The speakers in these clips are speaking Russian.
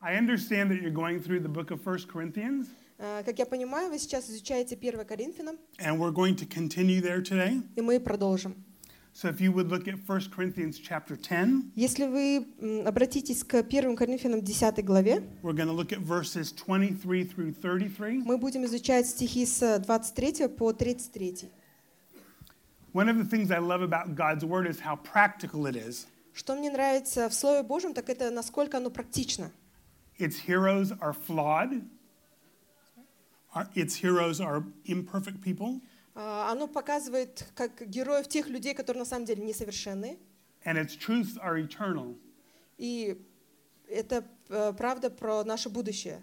I understand that you're going through the book of 1 Corinthians, Э, Как я понимаю, вы сейчас изучаете 1 Коринфянам, and we're going to continue there today. и мы продолжим. So if you would look at 1 Corinthians chapter 10, Если вы м, обратитесь к 1 Коринфянам 10 главе, we're going to look at verses 23 through 33. мы будем изучать стихи с 23 по 33. One of the things I love about God's word is how practical it is. Что мне нравится в Слове Божьем, так это насколько оно практично. Its heroes are flawed. Our- Its heroes are imperfect people, А, Оно показывает как героев тех людей, которые на самом деле несовершенны. and its truths are eternal. И это э, правда про наше будущее.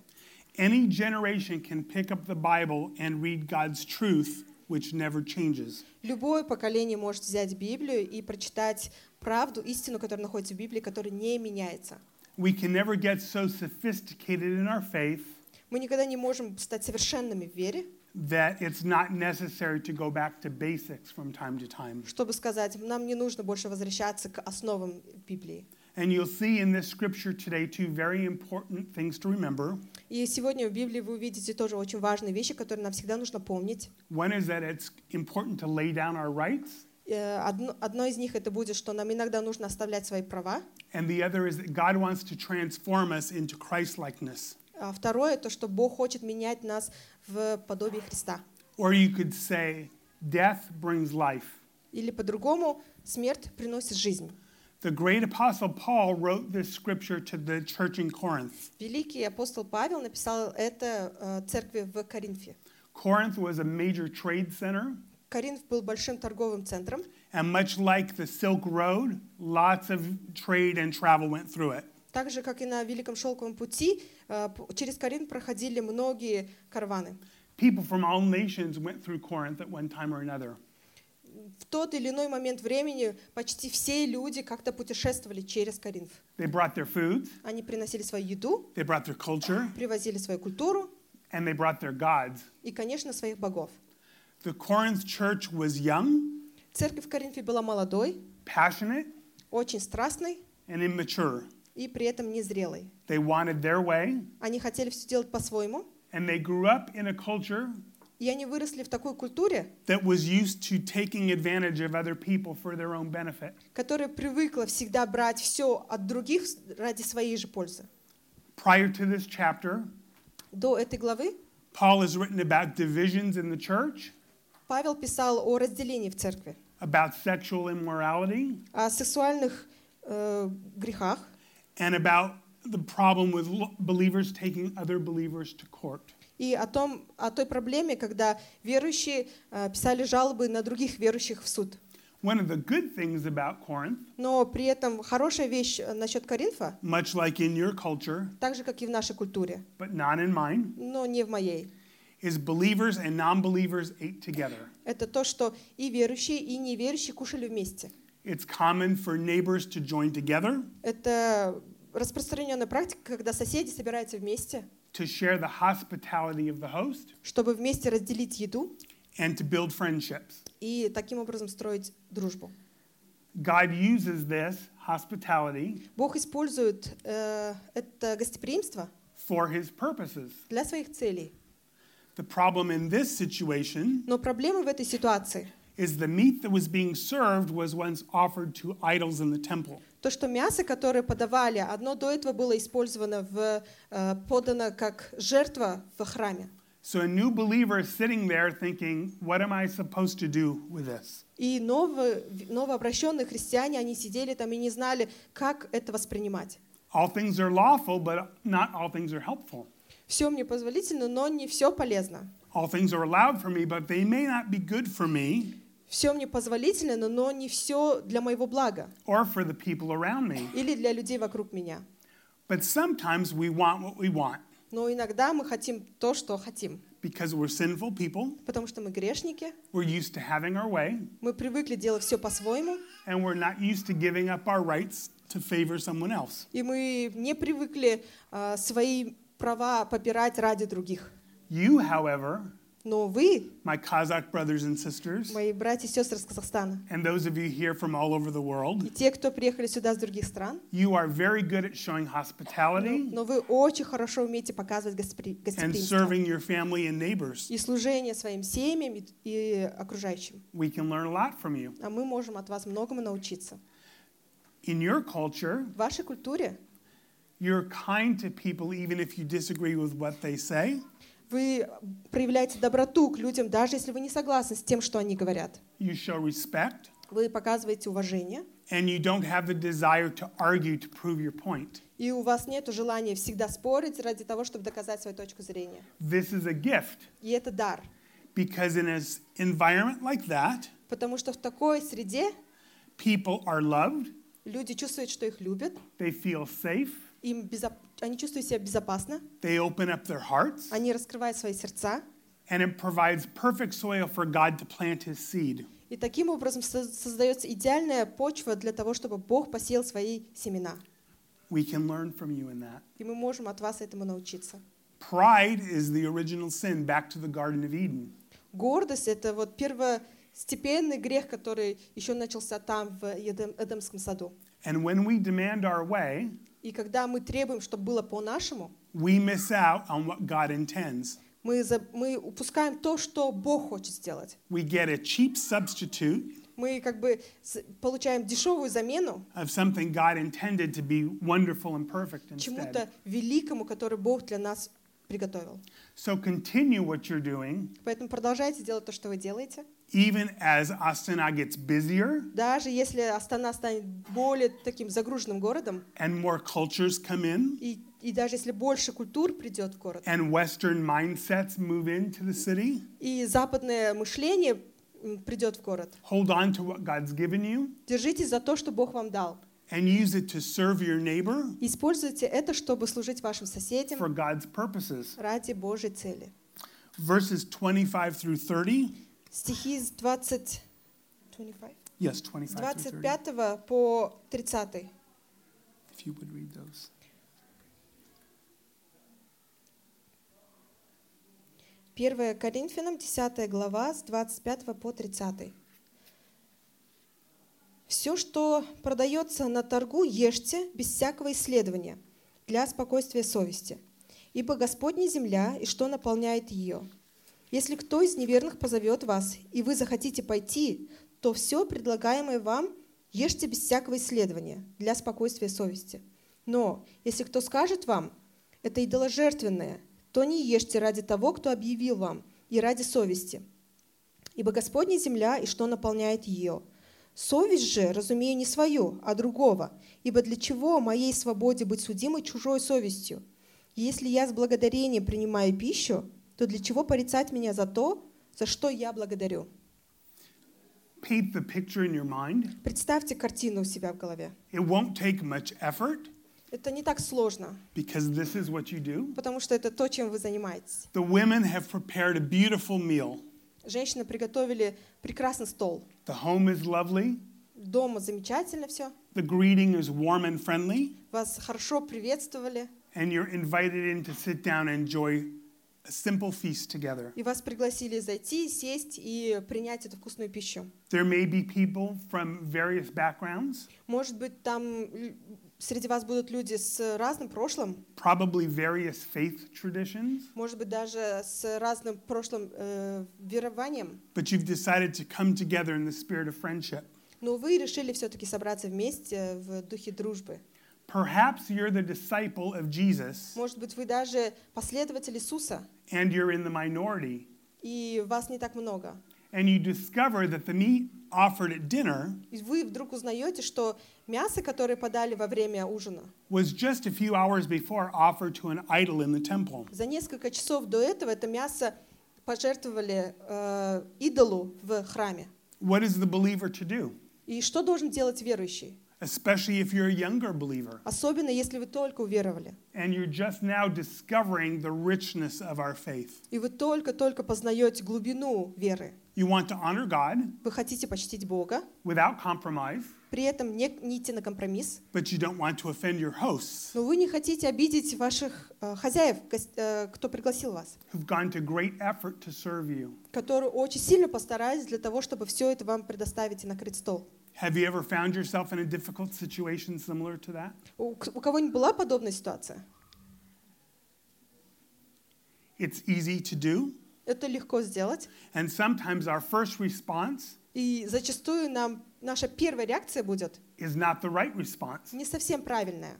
Any generation can pick up the Bible and read God's truth, which never changes. Любое поколение может взять Библию и прочитать правду, истину, которая находится в Библии, которая не меняется. We can never get so sophisticated in our faith Мы никогда не можем стать совершенными в вере, that it's not necessary to go back to basics from time to time. чтобы сказать, нам не нужно больше возвращаться к основам Библии. And you'll see in this scripture today two very important things to remember. И сегодня в Библии вы увидите тоже очень важные вещи, которые нам всегда нужно помнить. One is that it's important to lay down our rights, Э, Одно, одно из них это будет, что нам иногда нужно оставлять свои права. and the other is that God wants to transform us into Christ likeness. А второе то, что Бог хочет менять нас в подобие Христа. Or you could say, death brings life. Или по-другому, смерть приносит жизнь. The great apostle Paul wrote this scripture to the church in Corinth. Великий апостол Павел написал это э, церкви в Коринфе. Corinth was a major trade center, Коринф был большим торговым центром, and much like the Silk Road, lots of trade and travel went through it. так же, как и на Великом Шелковом пути, э, п- через Коринф проходили многие караваны. People from all nations went through Corinth at one time or another. В тот или иной момент времени почти все люди как-то путешествовали через Коринф. They brought their foods, Они приносили свою еду, they brought their culture, привозили свою культуру and they brought their gods. и, конечно, своих богов. The Corinth church was young, Церковь в Коринфе была молодой, passionate, очень страстной and immature. и при этом незрелой. They wanted their way, Они хотели все делать по-своему, and they grew up in a culture и они выросли в такой культуре, that was used to taking advantage of other people for their own benefit. которая привыкла всегда брать все от других с- ради своей же пользы. Prior to this chapter, До этой главы Paul has written about divisions in the church, Павел писал о разделении в церкви, about sexual immorality, о сексуальных э, грехах and about the problem with lo- believers taking other believers to court. и о, том, о той проблеме, когда верующие э, писали жалобы на других верующих в суд. One of the good things about Corinth, Но при этом хорошая вещь э, насчет Коринфа, much like in your culture, так же, как и в нашей культуре, but not in mine, но не в моей, is believers and non believers ate together. это то, что и верующие, и неверующие кушали вместе. It's common for neighbors to join together Это распространенная практика, когда соседи собираются вместе, to share the hospitality of the host чтобы вместе разделить еду and to build friendships. и таким образом строить дружбу. God uses this hospitality Бог использует э, это гостеприимство for his purposes. для своих целей. The problem in this situation Но проблема в этой ситуации is the meat that was being served was once offered to idols in the temple. то, что мясо, которое подавали, одно до этого было использовано, в, э, подано как жертва в храме. So a new believer is sitting there thinking, what am I supposed to do with this? И новые, новообращенные христиане, они сидели там и не знали, как это воспринимать. All things are lawful, but not all things are helpful. Все мне позволительно, но не все полезно. All things are allowed for me, but they may not be good for me Все мне позволительно, но- но не все для моего блага or for the people around me. или для людей вокруг меня. But sometimes we want what we want Но иногда мы хотим то, что хотим, because we're sinful people, потому что мы грешники, we're used to having our way, мы привыкли делать все по-своему, and we're not used to giving up our rights to favor someone else. и мы не привыкли а, свои права попирать ради других. You, however, Но вы, my Kazakh brothers and sisters, мои братья и сестры из Казахстана, and those of you here from all over the и world, те, кто приехали сюда с других стран, you are very good at showing но, hospitality но вы очень хорошо умеете показывать гостепри- and гостеприимство serving your family and neighbors. и служение своим семьям и, и окружающим. We can learn a lot from you. А мы можем от вас многому научиться. In your culture, В вашей культуре you're kind to people even if you disagree with what they say. вы проявляете доброту к людям, даже если вы не согласны с тем, что они говорят. You show respect Вы показываете уважение, and you don't have the desire to argue to prove your point. и у вас нет желания всегда спорить ради того, чтобы доказать свою точку зрения. This is a gift И это дар, because in an environment like that, потому что в такой среде people are loved, люди чувствуют, что их любят, they feel safe, им безо- они чувствуют себя безопасно, they open up their hearts, они раскрывают свои сердца, and it provides perfect soil for God to plant his seed. и таким образом со- создается идеальная почва для того, чтобы Бог посеял свои семена. We can learn from you in that. И мы можем от вас этому научиться. Pride is the original sin back to the Garden of Eden. Гордость — это вот первостепенный грех, который еще начался там, в Эдем- Эдемском саду. And when we demand our way, И когда мы требуем, чтобы было по-нашему, we miss out on what God intends. мы, за- мы упускаем то, что Бог хочет сделать. We get a cheap substitute Мы как бы с- получаем дешевую замену of something God intended to be wonderful and perfect instead. чему-то великому, который Бог для нас приготовил. So continue what you're doing, Поэтому продолжайте делать то, что вы делаете. even as Astana gets busier Даже если Астана станет более таким загруженным городом, and more cultures come in и, и даже если больше культур придет в город, and Western mindsets move into the city. и западное мышление м, придет в город, Hold on to what God's given you Держитесь за то, что Бог вам дал. and use it to serve your neighbor Используйте это, чтобы служить вашим for соседям God's purposes. ради Божьей цели. Verses 25 through 30. Стихи с 20, 25? Yes, 25 с through 30. 25 по 30. If you would read those. Первое Коринфянам, 10 глава, с 25 по 30. «Все, что продается на торгу, ешьте без всякого исследования, для спокойствия совести. Ибо Господня земля, и что наполняет ее. Если кто из неверных позовет вас, и вы захотите пойти, то все предлагаемое вам ешьте без всякого исследования, для спокойствия совести. Но если кто скажет вам, это идоложертвенное, то не ешьте ради того, кто объявил вам, и ради совести. Ибо Господня земля, и что наполняет ее. Совесть же, разумею, не свою, а другого. Ибо для чего моей свободе быть судимой чужой совестью? Если я с благодарением принимаю пищу, то для чего порицать меня за то, за что я благодарю? Paint the picture in your mind. Представьте картину у себя в голове. It won't take much effort Это не так сложно, because this is what you do. потому что это то, чем вы занимаетесь. The women have prepared a beautiful meal. Женщины приготовили прекрасный стол. The home is lovely. Дома замечательно все. The greeting is warm and friendly. Вас хорошо приветствовали, And you're invited in to sit down and enjoy a simple feast together. и вас пригласили зайти, сесть и принять эту вкусную пищу. There may be people from various backgrounds, Может быть, там л- среди вас будут люди с разным прошлым, probably various faith traditions, может быть, даже с разным прошлым э, верованием, but you've decided to come together in the spirit of friendship. но вы решили все-таки собраться вместе в духе дружбы. Perhaps you're the disciple of Jesus Может быть, вы даже последователь Иисуса, and you're in the minority, и вас не так много. and you discover that the meat offered at dinner И вы вдруг узнаете, что мясо, которое подали во время ужина, was just a few hours before offered to an idol in the temple. за несколько часов до этого это мясо пожертвовали э, идолу в храме. What is the believer to do? И что должен делать верующий? especially if you're a younger believer особенно если вы только уверовали, and you're just now discovering the richness of our faith. и вы только-только познаете глубину веры. You want to honor God Вы хотите почтить Бога, without compromise, при этом не, не идти на компромисс, but you don't want to offend your hosts но вы не хотите обидеть ваших э, хозяев, гос- э, кто пригласил вас, who've gone to great effort to serve you. которые очень сильно постарались для того, чтобы все это вам предоставить и накрыть стол. Have you ever found yourself in a difficult situation similar to that? У, к- у кого-нибудь была подобная ситуация? It's easy to do, Это легко сделать. and sometimes our first response И зачастую нам наша первая реакция будет is not the right response. не совсем правильная.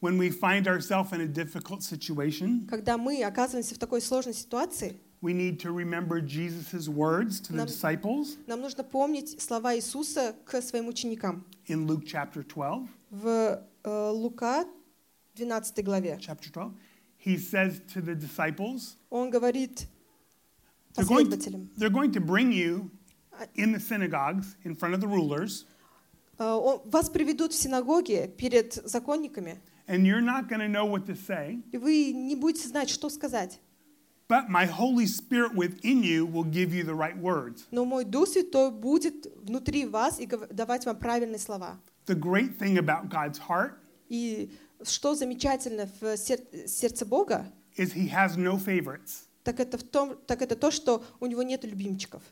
When we find ourselves in a difficult situation, Когда мы оказываемся в такой сложной ситуации, we need to remember Jesus' words to the Нам- disciples нам нужно помнить слова Иисуса к своим ученикам in Luke chapter 12. в э, Лука 12 главе. Chapter 12. He says to the disciples, Он говорит They're going, последователям. they're going to bring you in the synagogues in front of the rulers, э, «О- Вас приведут в синагоги перед законниками, and you're not going to know what to say, и вы не будете знать, что сказать. but my Holy Spirit within you will give you the right words. Но мой Дух Святой будет внутри вас и гов- давать вам правильные слова. The great thing about God's heart И что замечательно в сер- сердце Бога, is he has no favorites, так это, в том, так это то, что у него нет любимчиков.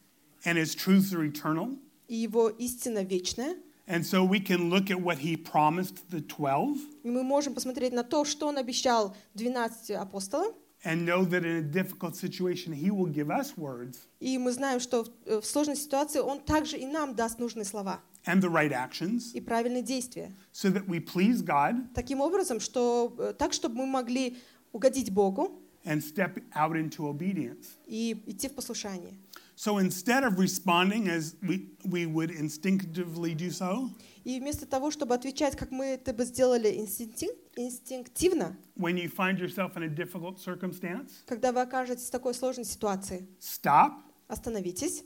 and his truths are eternal. И его истина вечная. And so we can look at what he promised the 12 И мы можем посмотреть на то, что он обещал 12 апостолам. and know that in a difficult situation, he will give us words И мы знаем, что в, э, в сложной ситуации он также и нам даст нужные слова and the right actions и правильные действия. so that we please God Таким образом, что, э, так, чтобы мы могли угодить Богу and step out into obedience. и идти в послушание. So instead of responding as we, we would instinctively do so, И вместо того, чтобы отвечать, как мы это бы сделали инстинктив- инстинктивно, when you find yourself in a difficult circumstance, когда вы окажетесь в такой сложной ситуации, stop, остановитесь,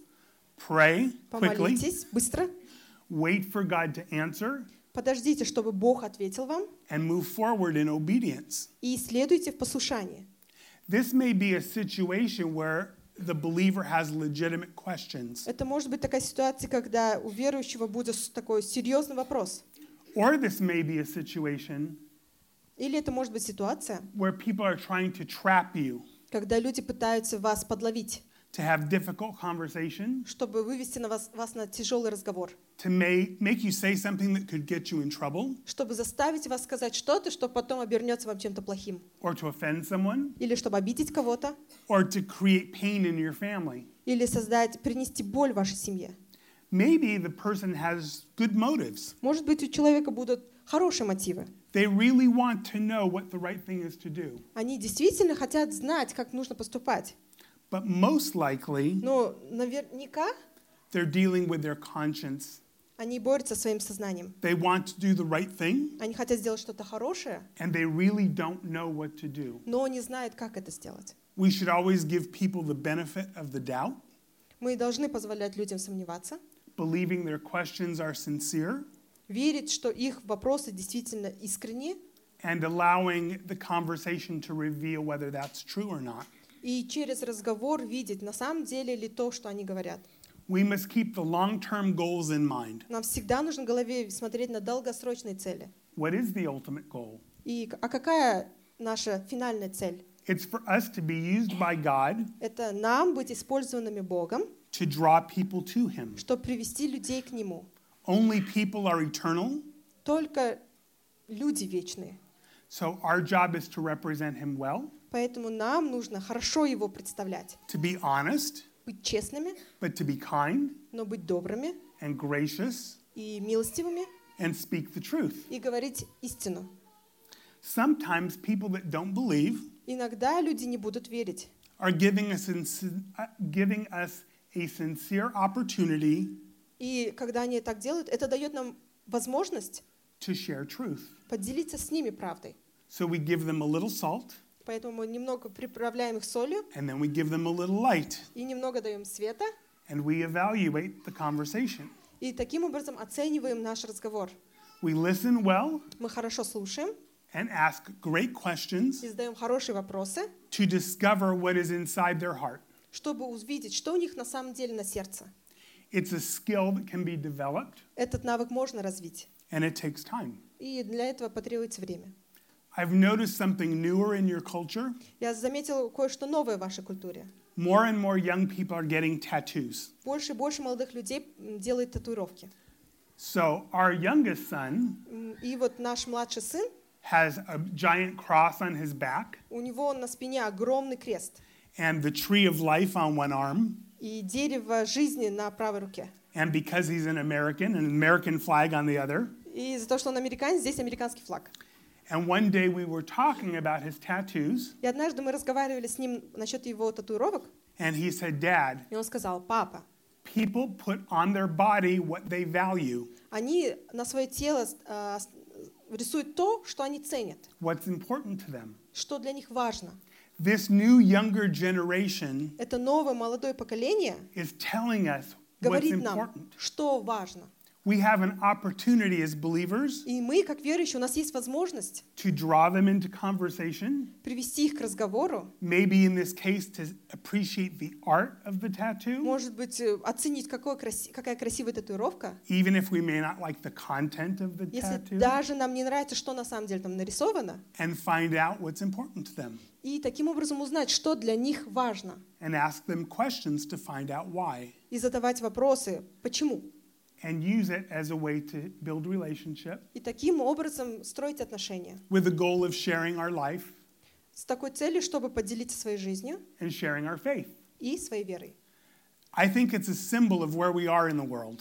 pray quickly, помолитесь быстро, wait for God to answer, подождите, чтобы Бог ответил вам, and мove forward in obedience. и следуйте в послушании. This may be a situation where the believer has legitimate questions, Это может быть такая ситуация, когда у верующего будет с- такой серьезный вопрос. or this may be a situation Или это может быть ситуация, where people are trying to trap you когда люди пытаются вас подловить, to have difficult conversation, чтобы вывести на вас, вас на тяжелый разговор, to may, make you say something that could get you in trouble, чтобы заставить вас сказать что-то, что потом обернется вам чем-то плохим, or to offend someone. или чтобы обидеть кого-то, or to create pain in your family. или создать, принести боль вашей семье. Maybe the person has good motives. Может быть, у человека будут хорошие мотивы. They really want to know what the right thing is to do. Они действительно хотят знать, как нужно поступать. But most likely, Но наверняка they're dealing with their conscience. они борются со своим сознанием. They want to do the right thing, Они хотят сделать что-то хорошее, and they really don't know what to do. но не знают, как это сделать. We should always give people the benefit of the doubt, Мы должны позволять людям сомневаться, believing their questions are sincere, верить, что их вопросы действительно искренни, and allowing the conversation to reveal whether that's true or not. и через разговор видеть, на самом деле ли то, что они говорят. We must keep the long term goals in mind. Нам всегда нужно в голове смотреть на долгосрочные цели. What is the ultimate goal? И, к- а какая наша финальная цель? It's for us to be used by God Это нам быть использованными Богом, to draw people to Him. чтобы привести людей к Нему. Only people are eternal, Только люди вечные. so our job is to represent Him well, Поэтому нам нужно хорошо Его представлять, to be honest, быть честными, but to be kind но быть добрыми and gracious и милостивыми, and speak the truth. и говорить истину. Sometimes people that don't believe Иногда люди не будут верить. are giving us, insin- uh, giving us a sincere opportunity И когда они так делают, это дает нам возможность to share truth. поделиться с ними правдой. So we give them a little salt Поэтому мы немного приправляем их солью and then we give them a little light и немного даем света, and we evaluate the conversation. и таким образом оцениваем наш разговор. We listen well Мы хорошо слушаем and ask great questions и задаем хорошие вопросы, to discover what is inside their heart. чтобы увидеть, что у них на самом деле на сердце. It's a skill that can be developed Этот навык можно развить, and it takes time. и для этого потребуется время. I've noticed something newer in your culture. Я заметила кое-что новое в вашей культуре. More and more young people are getting tattoos. Больше и больше молодых людей м, делает татуировки. So, our youngest son М, И вот наш младший сын, has a giant cross on his back у него на спине огромный крест and the tree of life on one arm. и дерево жизни на правой руке. And because he's an American, an American flag on the other. И за то, что он американец, здесь американский флаг. And one day we were talking about his tattoos, И однажды мы разговаривали с ним насчет его татуировок, and he said, Dad, и он сказал, папа, people put on their body what they value, они на свое тело э, с- рисуют то, что они ценят, what's important to them. что для них важно. This new younger generation Это новое молодое поколение is telling us what's говорит нам, important. что важно. We have an opportunity as believers И мы, как верующие, у нас есть возможность to draw them into conversation, привести их к разговору, maybe in this case to appreciate the art of the tattoo, может быть, э, оценить, какое краси- какая красивая татуировка, even if we may not like the content of the если tattoo, даже нам не нравится, что на самом деле там нарисовано, and find out what's important to them и таким образом узнать, что для них важно, and ask them questions to find out why. и задавать вопросы, почему. and use it as a way to build relationship И таким образом строить отношения with the goal of sharing our life с такой целью, чтобы поделиться своей жизнью and sharing our faith. и своей верой. I think it's a symbol of where we are in the world.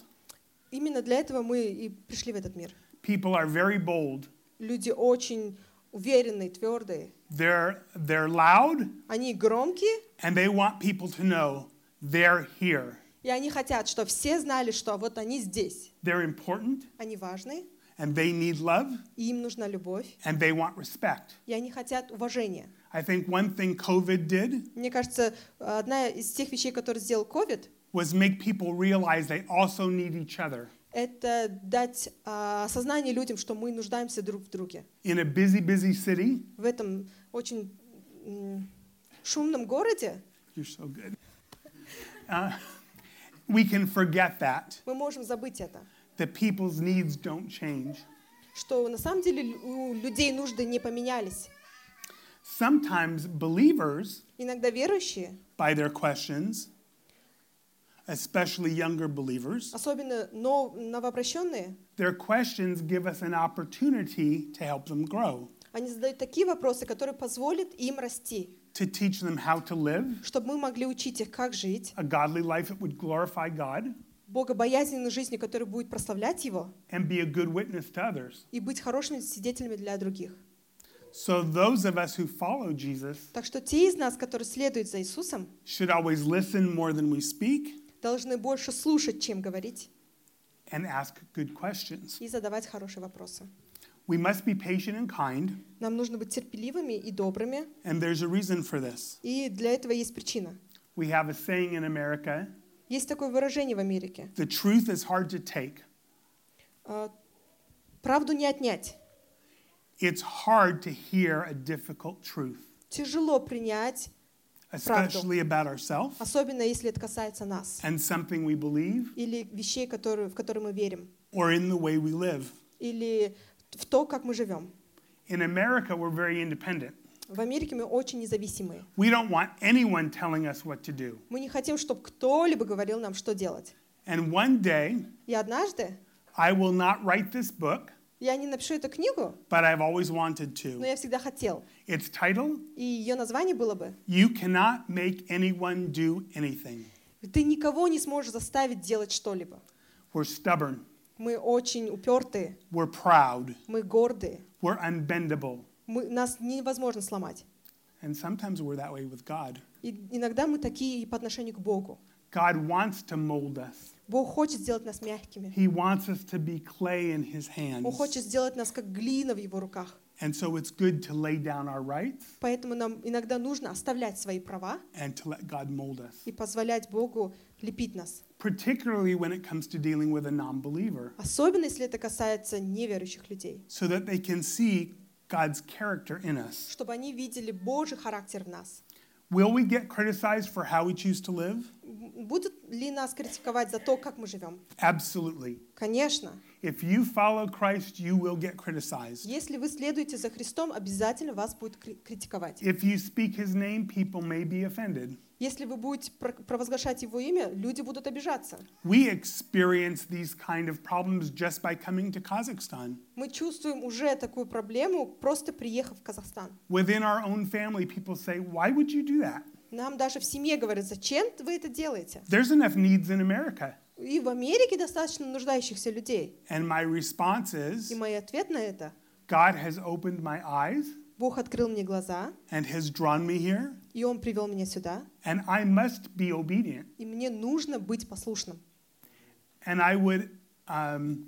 Именно для этого мы и пришли в этот мир. People are very bold. Люди очень уверенные, твердые. They're they're loud Они громкие, and they want people to know they're here. и они хотят, чтобы все знали, что вот они здесь. They're important Они важные, and they need love и им нужна любовь, and they want respect. и они хотят уважения. I think one thing COVID did Мне кажется, одна из тех вещей, которые сделал COVID, was make people realize they also need each other. это дать а, осознание людям, что мы нуждаемся друг в друге. In a busy busy city, В этом очень м, шумном городе You're so good. Uh, we can forget that, мы можем забыть это, that people's needs don't change. что на самом деле лю- у людей нужды не поменялись. Sometimes believers, Иногда верующие, by their questions, especially younger believers, особенно но- новообращенные, their questions give us an opportunity to help them grow, они задают такие вопросы, которые позволят им расти, to teach them how to live чтобы мы могли учить их, как жить, a godly life that would glorify God богобоязненной жизни, которая будет прославлять Его, and be a good witness to others. и быть хорошими свидетелями для других. So, those of us who follow Jesus Так что те из нас, которые следуют за Иисусом, should always listen more than we speak должны больше слушать, чем говорить, and ask good questions. и задавать хорошие вопросы. We must be patient and kind, Нам нужно быть терпеливыми и добрыми, and there's a reason for this. и для этого есть причина. We have a saying in America Есть такое выражение в Америке. the truth is hard to take. а, Правду не отнять. It's hard to hear a difficult truth, Тяжело принять, especially about ourselves особенно если это касается нас and something we believe или вещей, которые, в которые мы верим, or in the way we live. или в то, как мы живем. In America, we're very independent. В Америке мы очень независимые. We don't want anyone telling us what to do. Мы не хотим, чтобы кто-либо говорил нам, что делать. And one day, И однажды I will not write this book, я не напишу эту книгу, but I've always wanted но to. я всегда хотел. Its title И ее название было бы You Cannot Make Anyone Do Anything. «Ты никого не сможешь заставить делать что-либо». We're stubborn. Мы очень упертые, We're proud. мы гордые, We're unbendable. мы, нас невозможно сломать. And sometimes we're that way with God. И иногда мы такие и по отношению к Богу. God wants to mold us, Бог хочет сделать нас мягкими. He wants us to be clay in His Он hands. хочет сделать нас как глина в Его руках. And so it's good to lay down our rights Поэтому нам иногда нужно оставлять свои права and to let God mold us, и позволять Богу лепить нас. particularly when it comes to dealing with a non believer, Особенно, если это касается неверующих людей. so that they can see God's character in us. Чтобы они видели Божий характер в нас. Will we get criticized for how we choose to live? М, Будут ли нас критиковать за то, как мы живем? Absolutely. Конечно. If you follow Christ, you will get criticized. Если вы следуете за Христом, обязательно вас будут кри- критиковать. If you speak his name, people may be offended. Если вы будете про- провозглашать Его имя, люди будут обижаться. We experience these kind of problems just by coming to Kazakhstan. Мы чувствуем уже такую проблему, просто приехав в Казахстан. Within our own family, people say, Why would you do that? Нам даже в семье говорят, зачем вы это делаете? There's enough needs in America. И в Америке достаточно нуждающихся людей. And my response И is, мой ответ на это – God has opened my eyes Бог открыл мне глаза, and has drawn me here, и Он привел меня сюда, and I must be obedient. и мне нужно быть послушным. And I would um,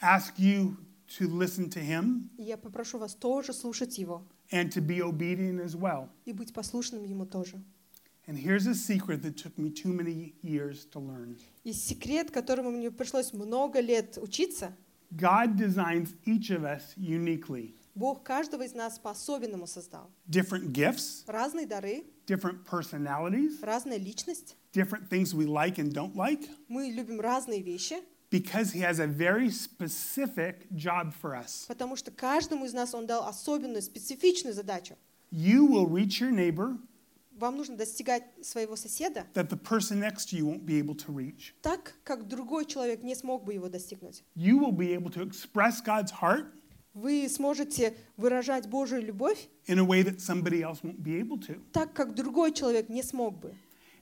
ask you to listen to him И я попрошу вас тоже слушать Его and to be obedient as well. и быть послушным Ему тоже. And here's a secret that took me too many years to learn И секрет, которому мне пришлось много лет учиться, God designs each of us uniquely Бог каждого из нас по-особенному создал. different gifts, Разные дары, different personalities, разная личность. different things we like and don't like, Мы любим разные вещи, because he has a very specific job for us. потому что каждому из нас Он дал особенную, специфичную задачу. You will reach your neighbor Вам нужно достигать своего соседа that the person next to you won't be able to reach. так, как другой человек не смог бы его достигнуть. You will be able to express God's heart Вы сможете выражать Божию любовь in a way that somebody else won't be able to. так, как другой человек не смог бы.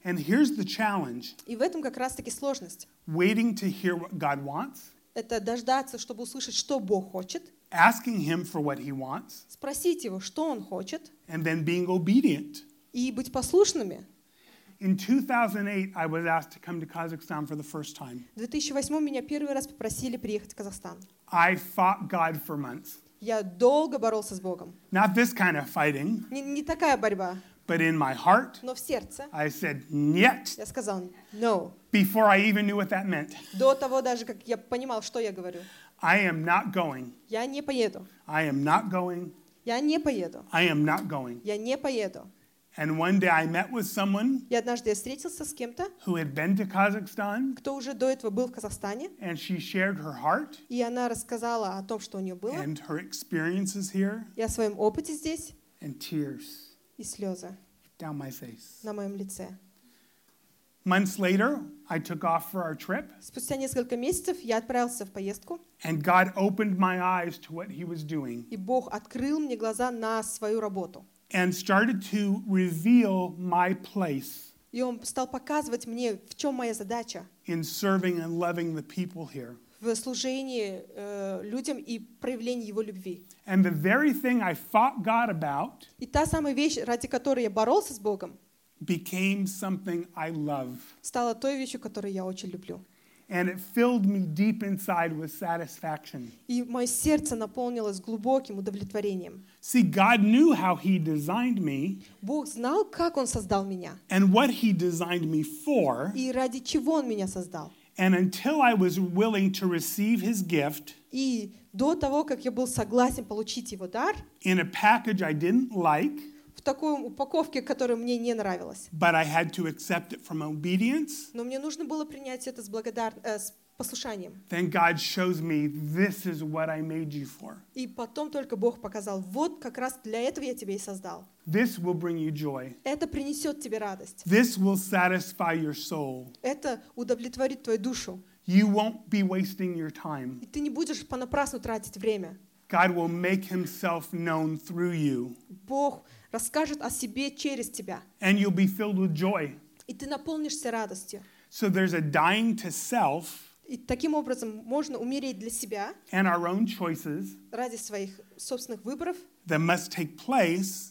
And here's the challenge И в этом как раз-таки сложность. waiting to hear what God wants, Это дождаться, чтобы услышать, что Бог хочет, asking Him for what He wants, спросить Его, что Он хочет, and then being obedient. и быть послушными. In 2008, I was asked to come to Kazakhstan for the first time. В 2008 меня первый раз попросили приехать в Казахстан. I fought God for months. Я долго боролся с Богом. Not this kind of fighting, Не, не такая борьба, but in my heart, но в сердце. I said, Nyet, Я сказал «no». before I even knew what that meant. До того даже, как я понимал, что я говорю. I am not going. Я не поеду. I am not going. Я не поеду. I am not going. Я не поеду. And one day I met with someone И однажды я встретился с кем-то, who had been to Kazakhstan, кто уже до этого был в Казахстане, and she shared her heart и она рассказала о том, что у нее было, and her experiences here, и о своем опыте здесь, and tears и слезы down my face. на моем лице. Months later, I took off for our trip, Спустя несколько месяцев я отправился в поездку, and God opened my eyes to what He was doing и Бог открыл мне глаза на свою работу. and started to reveal my place И Он стал показывать мне, в чем моя задача in serving and loving the people here. в служении э, людям и проявлении Его любви. And the very thing I fought God about И та самая вещь, ради которой я боролся с Богом, became something I love. стала той вещью, которую я очень люблю. And it filled me deep inside with satisfaction. И мое сердце наполнилось глубоким удовлетворением. See, God knew how He designed me Бог знал, как Он создал меня and what He designed me for. и ради чего Он меня создал. And until I was willing to receive His gift И до того, как я был согласен получить Его дар, in a package I didn't like, в такой упаковке, которая мне не нравилась, but I had to accept it from obedience, но мне нужно было принять это с, благодар... э, с послушанием. then God shows me this is what I made you for. И потом только Бог показал, вот как раз для этого я тебя и создал. This will bring you joy. Это принесет тебе радость. This will satisfy your soul. Это удовлетворит твою душу. You won't be wasting your time. И ты не будешь понапрасну тратить время. God will make himself known through you, Бог расскажет о себе через тебя. and you'll be filled with joy. И ты наполнишься радостью. So there's a dying to self И таким образом можно умереть для себя and our own choices ради своих собственных выборов, that must take place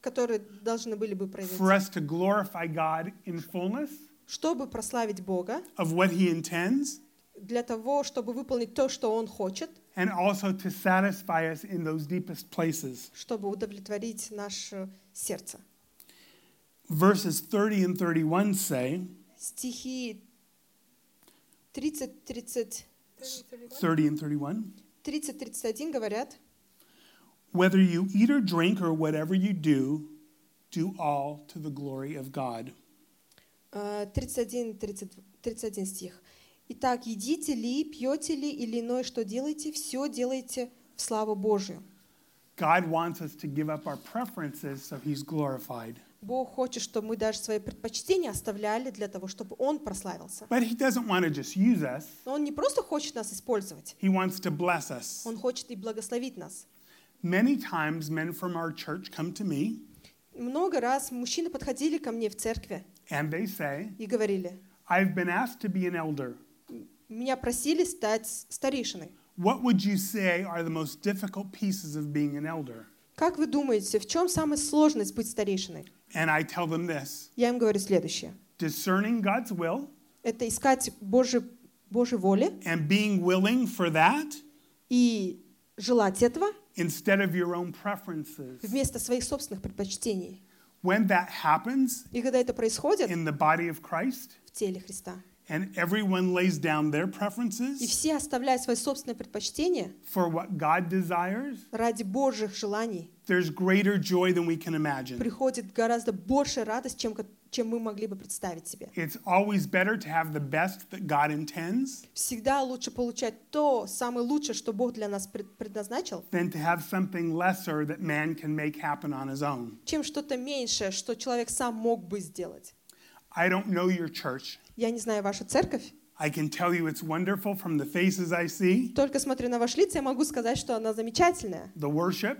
которые должны были бы произойти, for us to glorify God in fullness чтобы прославить Бога, of what he intends для того, чтобы выполнить то, что Он хочет, and also to satisfy us in those deepest places. чтобы удовлетворить наше сердце. Verses 30 and 31 say, Стихи 30, 30, 30 and 31, 30, 31 говорят, whether you eat or drink or whatever you do, do all to the glory of God. э, 31, 30, 31 стих. Итак, едите ли, пьете ли или иное, что делаете, все делайте в славу Божию. God wants us to give up our preferences so he's glorified. Бог хочет, чтобы мы даже свои предпочтения оставляли для того, чтобы Он прославился. But he doesn't want to just use us, Но Он не просто хочет нас использовать, he wants to bless us. Он хочет и благословить нас. Many times, men from our church come to me Много раз мужчины подходили ко мне в церкви and they say, и говорили, I've been asked to be an elder. меня просили стать старейшиной. What would you say are the most difficult pieces of being an elder? Как вы думаете, в чем самая сложность быть старейшиной? And I tell them this Я им говорю следующее. discerning God's will Это искать Божьей, Божьей воли and being willing for that и желать этого instead of your own preferences. вместо своих собственных предпочтений. When that happens И когда это происходит in the body of Christ в теле Христа, and everyone lays down their и preferences все оставляют свои собственные предпочтения for what God desires, ради Божьих желаний, there's greater joy than we can imagine. приходит гораздо большая радость, чем, ко- чем мы могли бы представить себе. It's always better to have the best that God intends Всегда лучше получать то самое лучшее, что Бог для нас пред- предназначил, than to have something lesser that man can make happen on his own. чем что-то меньшее, что человек сам мог бы сделать. I don't know your church. Я не знаю вашу церковь, I can tell you it's wonderful from the faces I see, только смотря на ваш лица, я могу сказать, что она замечательная. the worship,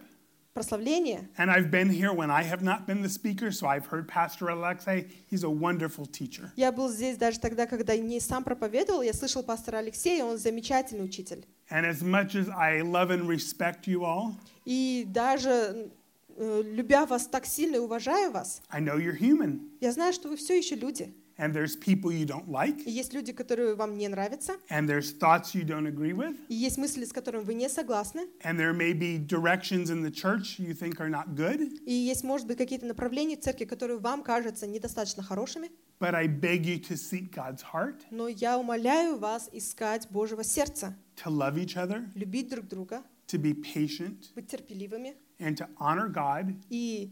Прославление. and I've been here when I have not been the speaker, so I've heard Pastor Alexei. He's a wonderful teacher. Я был здесь даже тогда, когда не сам проповедовал, я слышал пастора Алексея, он замечательный учитель. And as much as I love and respect you all, И даже э, любя вас так сильно и уважая вас, I know you're human, я знаю, что вы все еще люди. and there's people you don't like, И есть люди, которые вам не нравятся, and there's thoughts you don't agree with, и есть мысли, с которыми вы не согласны, and there may be directions in the church you think are not good, и есть, может быть, какие-то направления в церкви, которые вам кажутся недостаточно хорошими, but I beg you to seek God's heart, но я умоляю вас искать Божьего сердца, to love each other, любить друг друга, to be patient, быть терпеливыми and to honor God и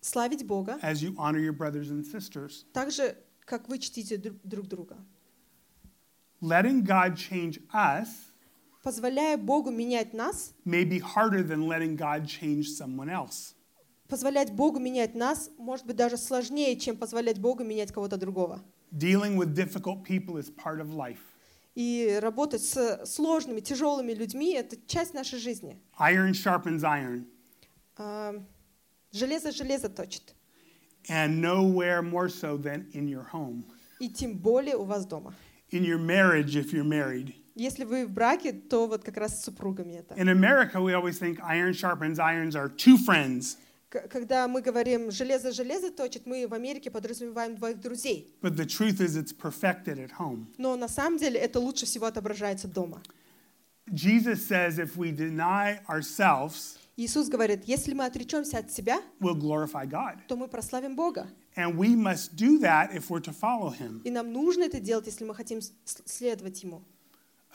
славить Бога as you honor your brothers and sisters. так же, как вы чтите друг- друг друга. Letting God change us Позволяя Богу менять нас, may be harder than letting God change someone else. позволять Богу менять нас, может быть, даже сложнее, чем позволять Богу менять кого-то другого. Dealing with difficult people is part of life. И работать с сложными, тяжелыми людьми — это часть нашей жизни. Iron sharpens iron, А, Железо железо точит. and nowhere more so than in your home, И тем более у вас дома. in your marriage if you're married. Если вы в браке, то вот как раз с супругами это. In America, we always think iron sharpens irons are two friends, К- Когда мы говорим «железо железо точит», мы в Америке подразумеваем двоих друзей. but the truth is it's perfected at home. Но на самом деле это лучше всего отображается дома. Jesus says if we deny ourselves, Иисус говорит, если мы отречемся от себя, we'll glorify God. то мы прославим Бога. And we must do that if we're to follow him. И нам нужно это делать, если мы хотим с- следовать Ему.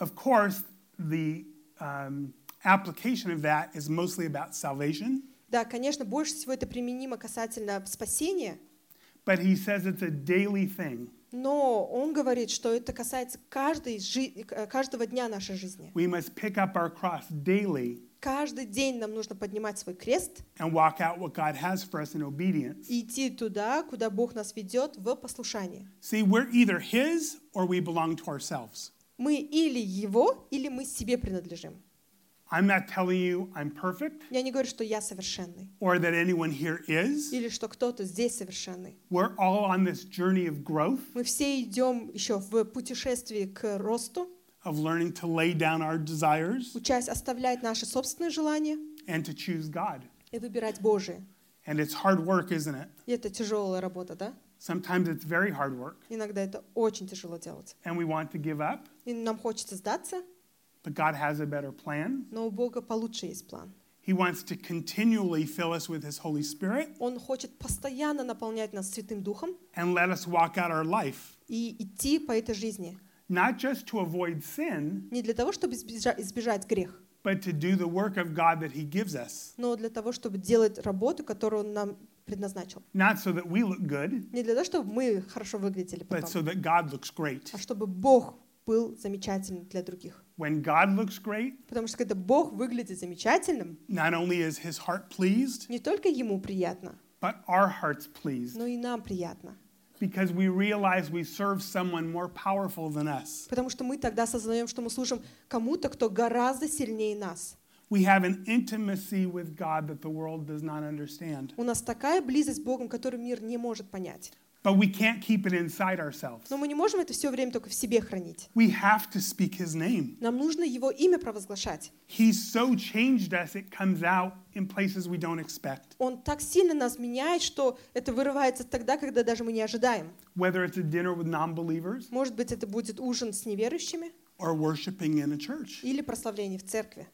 Of course, the um, application of that is mostly about salvation, Да, конечно, больше всего это применимо касательно спасения, but he says it's a daily thing. но он говорит, что это касается каждой жи- э, каждого дня нашей жизни. We must pick up our cross daily Каждый день нам нужно поднимать свой крест and walk out what God has for us in obedience. и идти туда, куда Бог нас ведет в послушании. See, we're either his or we belong to ourselves. Мы или Его, или мы себе принадлежим. I'm not telling you I'm perfect Я не говорю, что я совершенный, or that anyone here is. или что кто-то здесь совершенный. We're all on this journey of growth, Мы все идем еще в путешествии к росту, of learning to lay down our desires учась оставлять наши собственные желания and to choose God. и выбирать Божие. And it's hard work, isn't it? И это тяжелая работа, да? Sometimes it's very hard work. Иногда это очень тяжело делать. and we want to give up, И нам хочется сдаться, But God has a better plan. но у Бога получше есть план. He wants to continually fill us with His Holy Spirit Он хочет постоянно наполнять нас Святым Духом and let us walk out our life, и идти по этой жизни. not just to avoid sin, Не для того, чтобы избежа- избежать грех, but to do the work of God that He gives us. но для того, чтобы делать работу, которую Он нам предназначил. Not so that we look good, Не для того, чтобы мы хорошо выглядели but so потом, that God looks great. а чтобы Бог был замечательным для других. When God looks great, Потому что когда Бог выглядит замечательным, not only is His heart pleased, не только Ему приятно, but our heart's pleased но и нам приятно. because we realize we serve someone more powerful than us. Потому что мы тогда осознаем, что мы служим кому-то, кто гораздо сильнее нас. We have an intimacy with God that the world does not understand. У нас такая близость с Богом, которую мир не может понять. But we can't keep it inside ourselves. Но мы не можем это все время только в себе хранить. We have to speak His name. Нам нужно Его имя провозглашать. He's so changed us, it comes out in places we don't expect. Он так сильно нас меняет, что это вырывается тогда, когда даже мы не ожидаем. Whether it's a dinner with non believers Может быть, это будет ужин с неверующими or worshiping in a church, или прославление в церкви.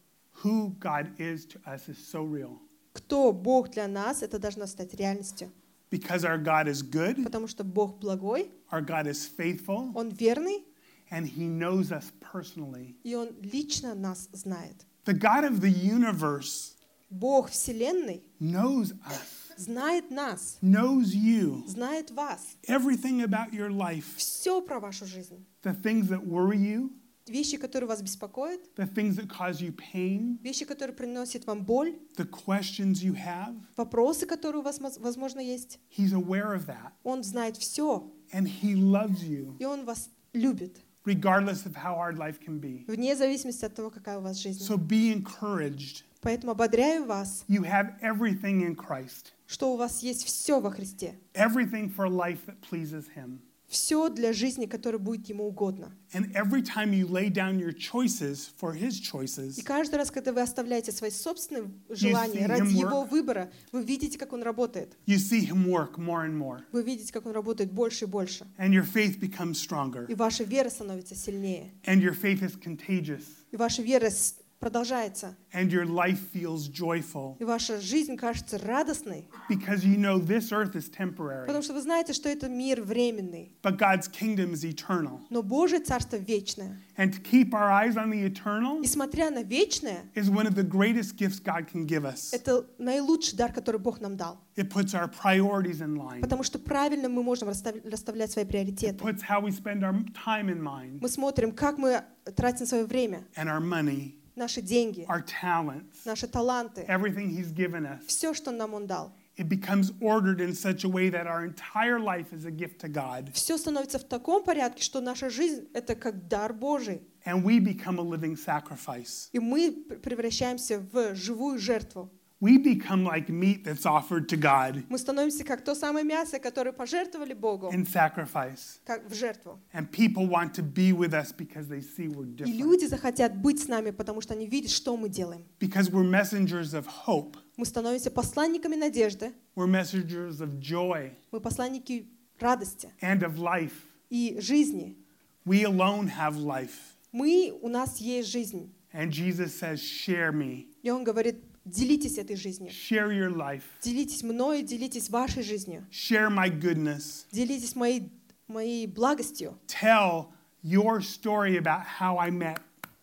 who God is to us is so real. Кто Бог для нас, это должно стать реальностью. Because our God is good, Потому что Бог благой, our God is faithful, Он верный, and He knows us personally. и Он лично нас знает. The God of the universe Бог Вселенной knows us, знает нас, knows you, знает вас, everything about your life, все про вашу жизнь. the things that worry you, Вещи, которые вас беспокоят, the things that cause you pain, вещи, которые приносят вам боль, the questions you have. вопросы, которые у вас, воз- возможно, есть. He's aware of that. Он знает все, And He loves you, и Он вас любит, regardless of how hard life can be. вне зависимости от того, какая у вас жизнь. So be encouraged. Поэтому ободряю вас, You have everything in Christ, что у вас есть все во Христе, everything for life that pleases Him. все для жизни, которая будет Ему угодно. And every time you lay down your choices for His И choices, каждый раз, когда вы оставляете свои собственные желания see ради him Его work. выбора, вы видите, как Он работает. you see Him work more and more. Вы видите, как Он работает больше и больше. And your faith becomes stronger. И ваша вера становится сильнее. And your faith is contagious. И ваша вера с- продолжается. And your life feels joyful И ваша жизнь кажется радостной. because you know this earth is temporary, Потому что вы знаете, что это мир временный. but God's kingdom is eternal. Но Божье Царство вечное. And to keep our eyes on the eternal И смотря на вечное, is one of the greatest gifts God can give us. это наилучший дар, который Бог нам дал. It puts our priorities in line. Потому что правильно мы можем расстав- расставлять свои It приоритеты. puts how we spend our time in mind Мы смотрим, как мы тратим свое время, and our money, наши деньги, our talents, наши таланты, everything He's given us. все, что нам Он дал. It becomes ordered in such a way that our entire life is a gift to God Все становится в таком порядке, что наша жизнь — это как дар Божий. and we become a living sacrifice. И мы пр- превращаемся в живую жертву. We become like meat that's offered to God Мы становимся как то самое мясо, которое пожертвовали Богу, in sacrifice. как в жертву. And people want to be with us because they see we're И different. люди захотят быть с нами, потому что они видят, что мы делаем. Because we're messengers of hope, Мы становимся посланниками надежды, we're messengers of joy мы посланники радости and of life. и жизни. We alone have life. Мы, у нас есть жизнь. And Jesus says, Share me, И он говорит, делитесь этой жизнью. share your life, Делитесь мною, делитесь вашей жизнью. share my goodness, Делитесь моей, моей благостью. tell your story about how I met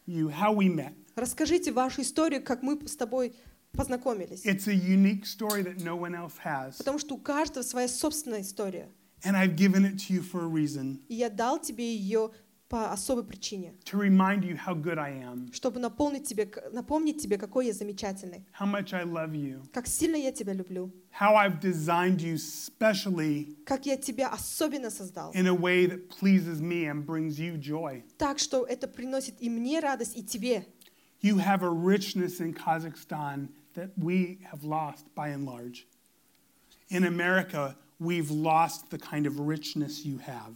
you, how we met. Расскажите вашу историю, как мы с тобой познакомились. It's a unique story that no one else has. Потому что у каждого своя собственная история. And I've given it to you for a reason И я дал тебе ее по особой причине, to remind you how good I am, чтобы наполнить тебе, напомнить тебе, какой я замечательный, how much I love you, как сильно я тебя люблю, how I've designed you specially как я тебя особенно создал, in a way that pleases me and brings you joy. так что это приносит и мне радость, и тебе. You have a richness in Kazakhstan that we have lost by and large. In America, we've lost the kind of richness you have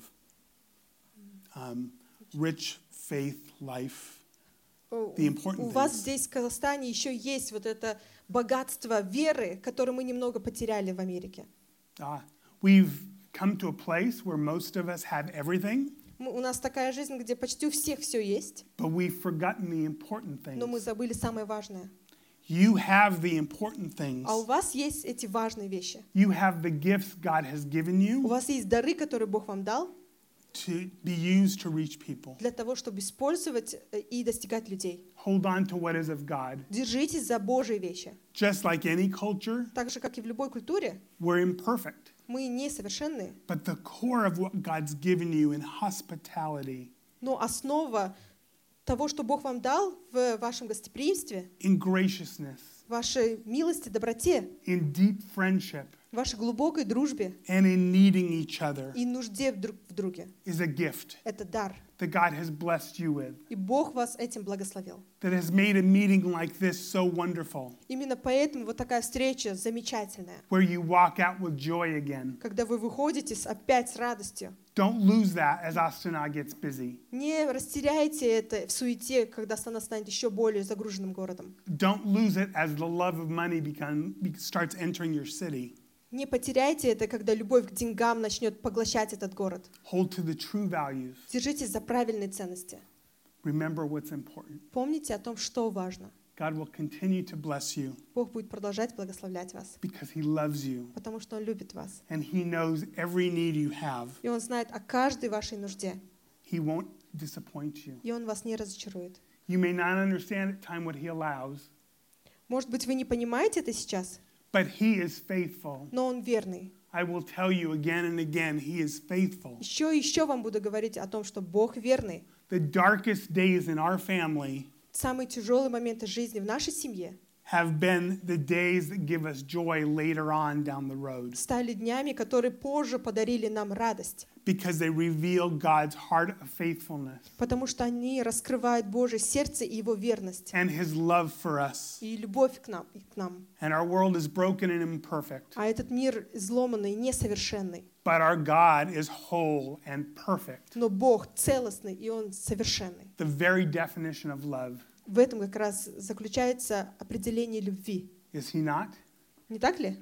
um, rich faith, life. О, The important Э, У вас things. здесь, в Казахстане, еще есть вот это богатство веры, которое мы немного потеряли в Америке. Ah, we've come to a place where most of us have everything, Мы- у нас такая жизнь, где почти у всех все есть, but we've forgotten the important но мы things. забыли самое важное. You have the important things. А у вас есть эти важные вещи. You have the gifts God has given У you вас есть дары, которые Бог вам дал, to be used to reach people. для того, чтобы использовать э, и достигать людей. Hold on to what is of God. Держитесь за Божьи вещи. Just like any culture, Так же, как и в любой культуре, we're imperfect. мы несовершенны, But the core of what God's given you in hospitality, но основа того, что Бог вам дал в вашем гостеприимстве, in graciousness, в вашей милости, доброте, in deep friendship, в вашей глубокой дружбе and in needing each other и нужде друг в друге. is a gift Это дар. that God has blessed you with, И Бог вас этим благословил. that has made a meeting like this so wonderful, Именно поэтому вот такая встреча замечательная, where you walk out with joy again. когда вы выходите с- опять с радостью. Don't lose that as Astana gets busy. Не растеряйте это в суете, когда страна станет еще более загруженным городом. Don't lose it as the love of money become, be, starts entering your city. Не потеряйте это, когда любовь к деньгам начнет поглощать этот город. Hold to the true values. Держитесь за правильные ценности. Remember what's important. Помните о том, что важно. God will continue to bless you Бог будет продолжать благословлять вас, because He loves you потому что Он любит вас. and He knows every need you have. И Он знает о каждой вашей нужде. He won't disappoint you. И Он вас не разочарует. You may not understand at time what He allows, Может быть, вы не понимаете это сейчас, but He is faithful. но Он верный. I will tell you again and again, He is faithful. Еще и еще вам буду говорить о том, что Бог верный. The darkest days in our family Самые тяжелые моменты жизни в нашей семье have been the days that give us joy later on down the road стали днями, которые позже подарили нам радость, because they reveal God's heart of faithfulness потому что они раскрывают Божье сердце и Его верность, and His love for us. и любовь к нам, и к нам. And our world is broken and imperfect, А этот мир изломанный, несовершенный. but our God is whole and perfect, Но Бог целостный, и Он совершенный. the very definition of love. В этом как раз заключается определение любви. Is He not? Не так ли?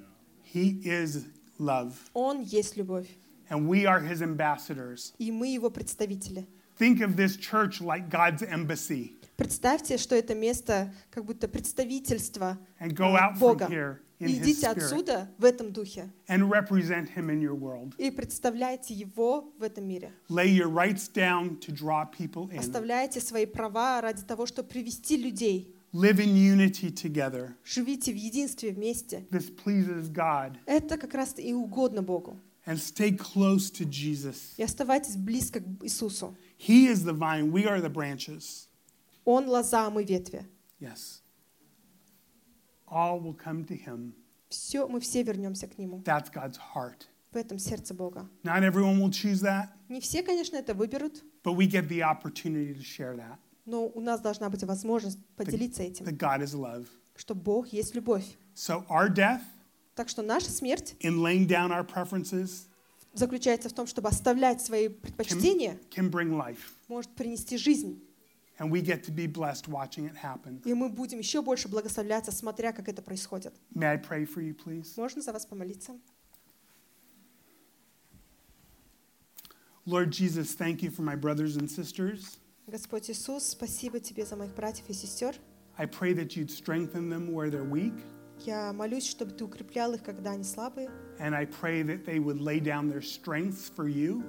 He is love, Он есть любовь, and we are His ambassadors. и мы Его представители. Think of this church like God's embassy Представьте, что это место как будто представительство and go out Бога. from here in И His идите spirit отсюда в этом духе and represent Him in your world. и представляйте Его в этом мире. Lay your rights down to draw people in. Оставляйте свои права ради того, чтобы привести людей. Live in unity together. Живите в единстве вместе. This pleases God. Это как раз и угодно Богу. And stay close to Jesus. И оставайтесь близко к Иисусу. He is the vine, we are the branches. Он лоза, а мы ветви. Yes. All will come to Him. Все, мы все вернемся к Нему. That's God's heart. В этом сердце Бога. Not everyone will choose that, Не все, конечно, это выберут, but we get the opportunity to share that. но у нас должна быть возможность поделиться этим, That God is love. что Бог есть любовь. So our death Так что наша смерть in laying down our preferences заключается в том, чтобы оставлять свои предпочтения, can bring life. может принести жизнь. And we get to be blessed watching it happen. И мы будем еще больше благословляться, смотря как это происходит. May I pray for you, please? Можно за вас помолиться? Lord Jesus, thank you for my brothers and sisters. Господь Иисус, спасибо Тебе за моих братьев и сестер. I pray that you'd strengthen them where they're weak, Я молюсь, чтобы Ты укреплял их, когда они слабые. and I pray that they would lay down their strengths for you,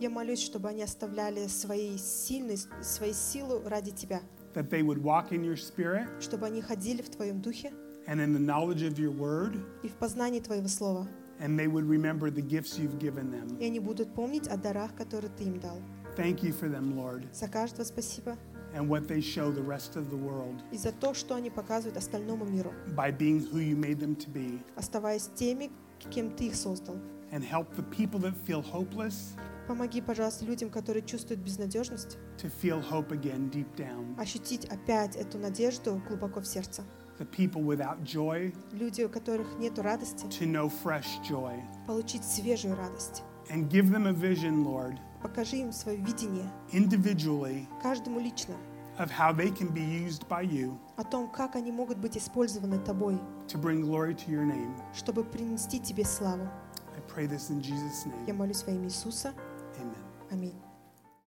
Я молюсь, чтобы они оставляли свои сильные, свои силы ради Тебя, that they would walk in your spirit чтобы они ходили в Твоем духе and in the knowledge of your word, и в познании Твоего Слова. and they would remember the gifts you've given them. И они будут помнить о дарах, которые Ты им дал. Thank you for them, Lord, За каждого спасибо and what they show the rest of the world и за то, что они показывают остальному миру, by being who you made them to be, оставаясь теми, кем Ты их создал. and help the people that feel hopeless Помоги, пожалуйста, людям, которые чувствуют безнадежность, to feel hope again deep down, ощутить опять эту надежду глубоко в сердце. the people without joy Люди, у которых нет радости, to know fresh joy, получить свежую радость. and give them a vision, Lord, Покажи им свое видение, individually каждому лично, of how they can be used by you о том, как они могут быть использованы тобой, to bring glory to your name. чтобы принести тебе славу. I pray this in Jesus' Я name. молюсь во имя Иисуса. Amen. Аминь.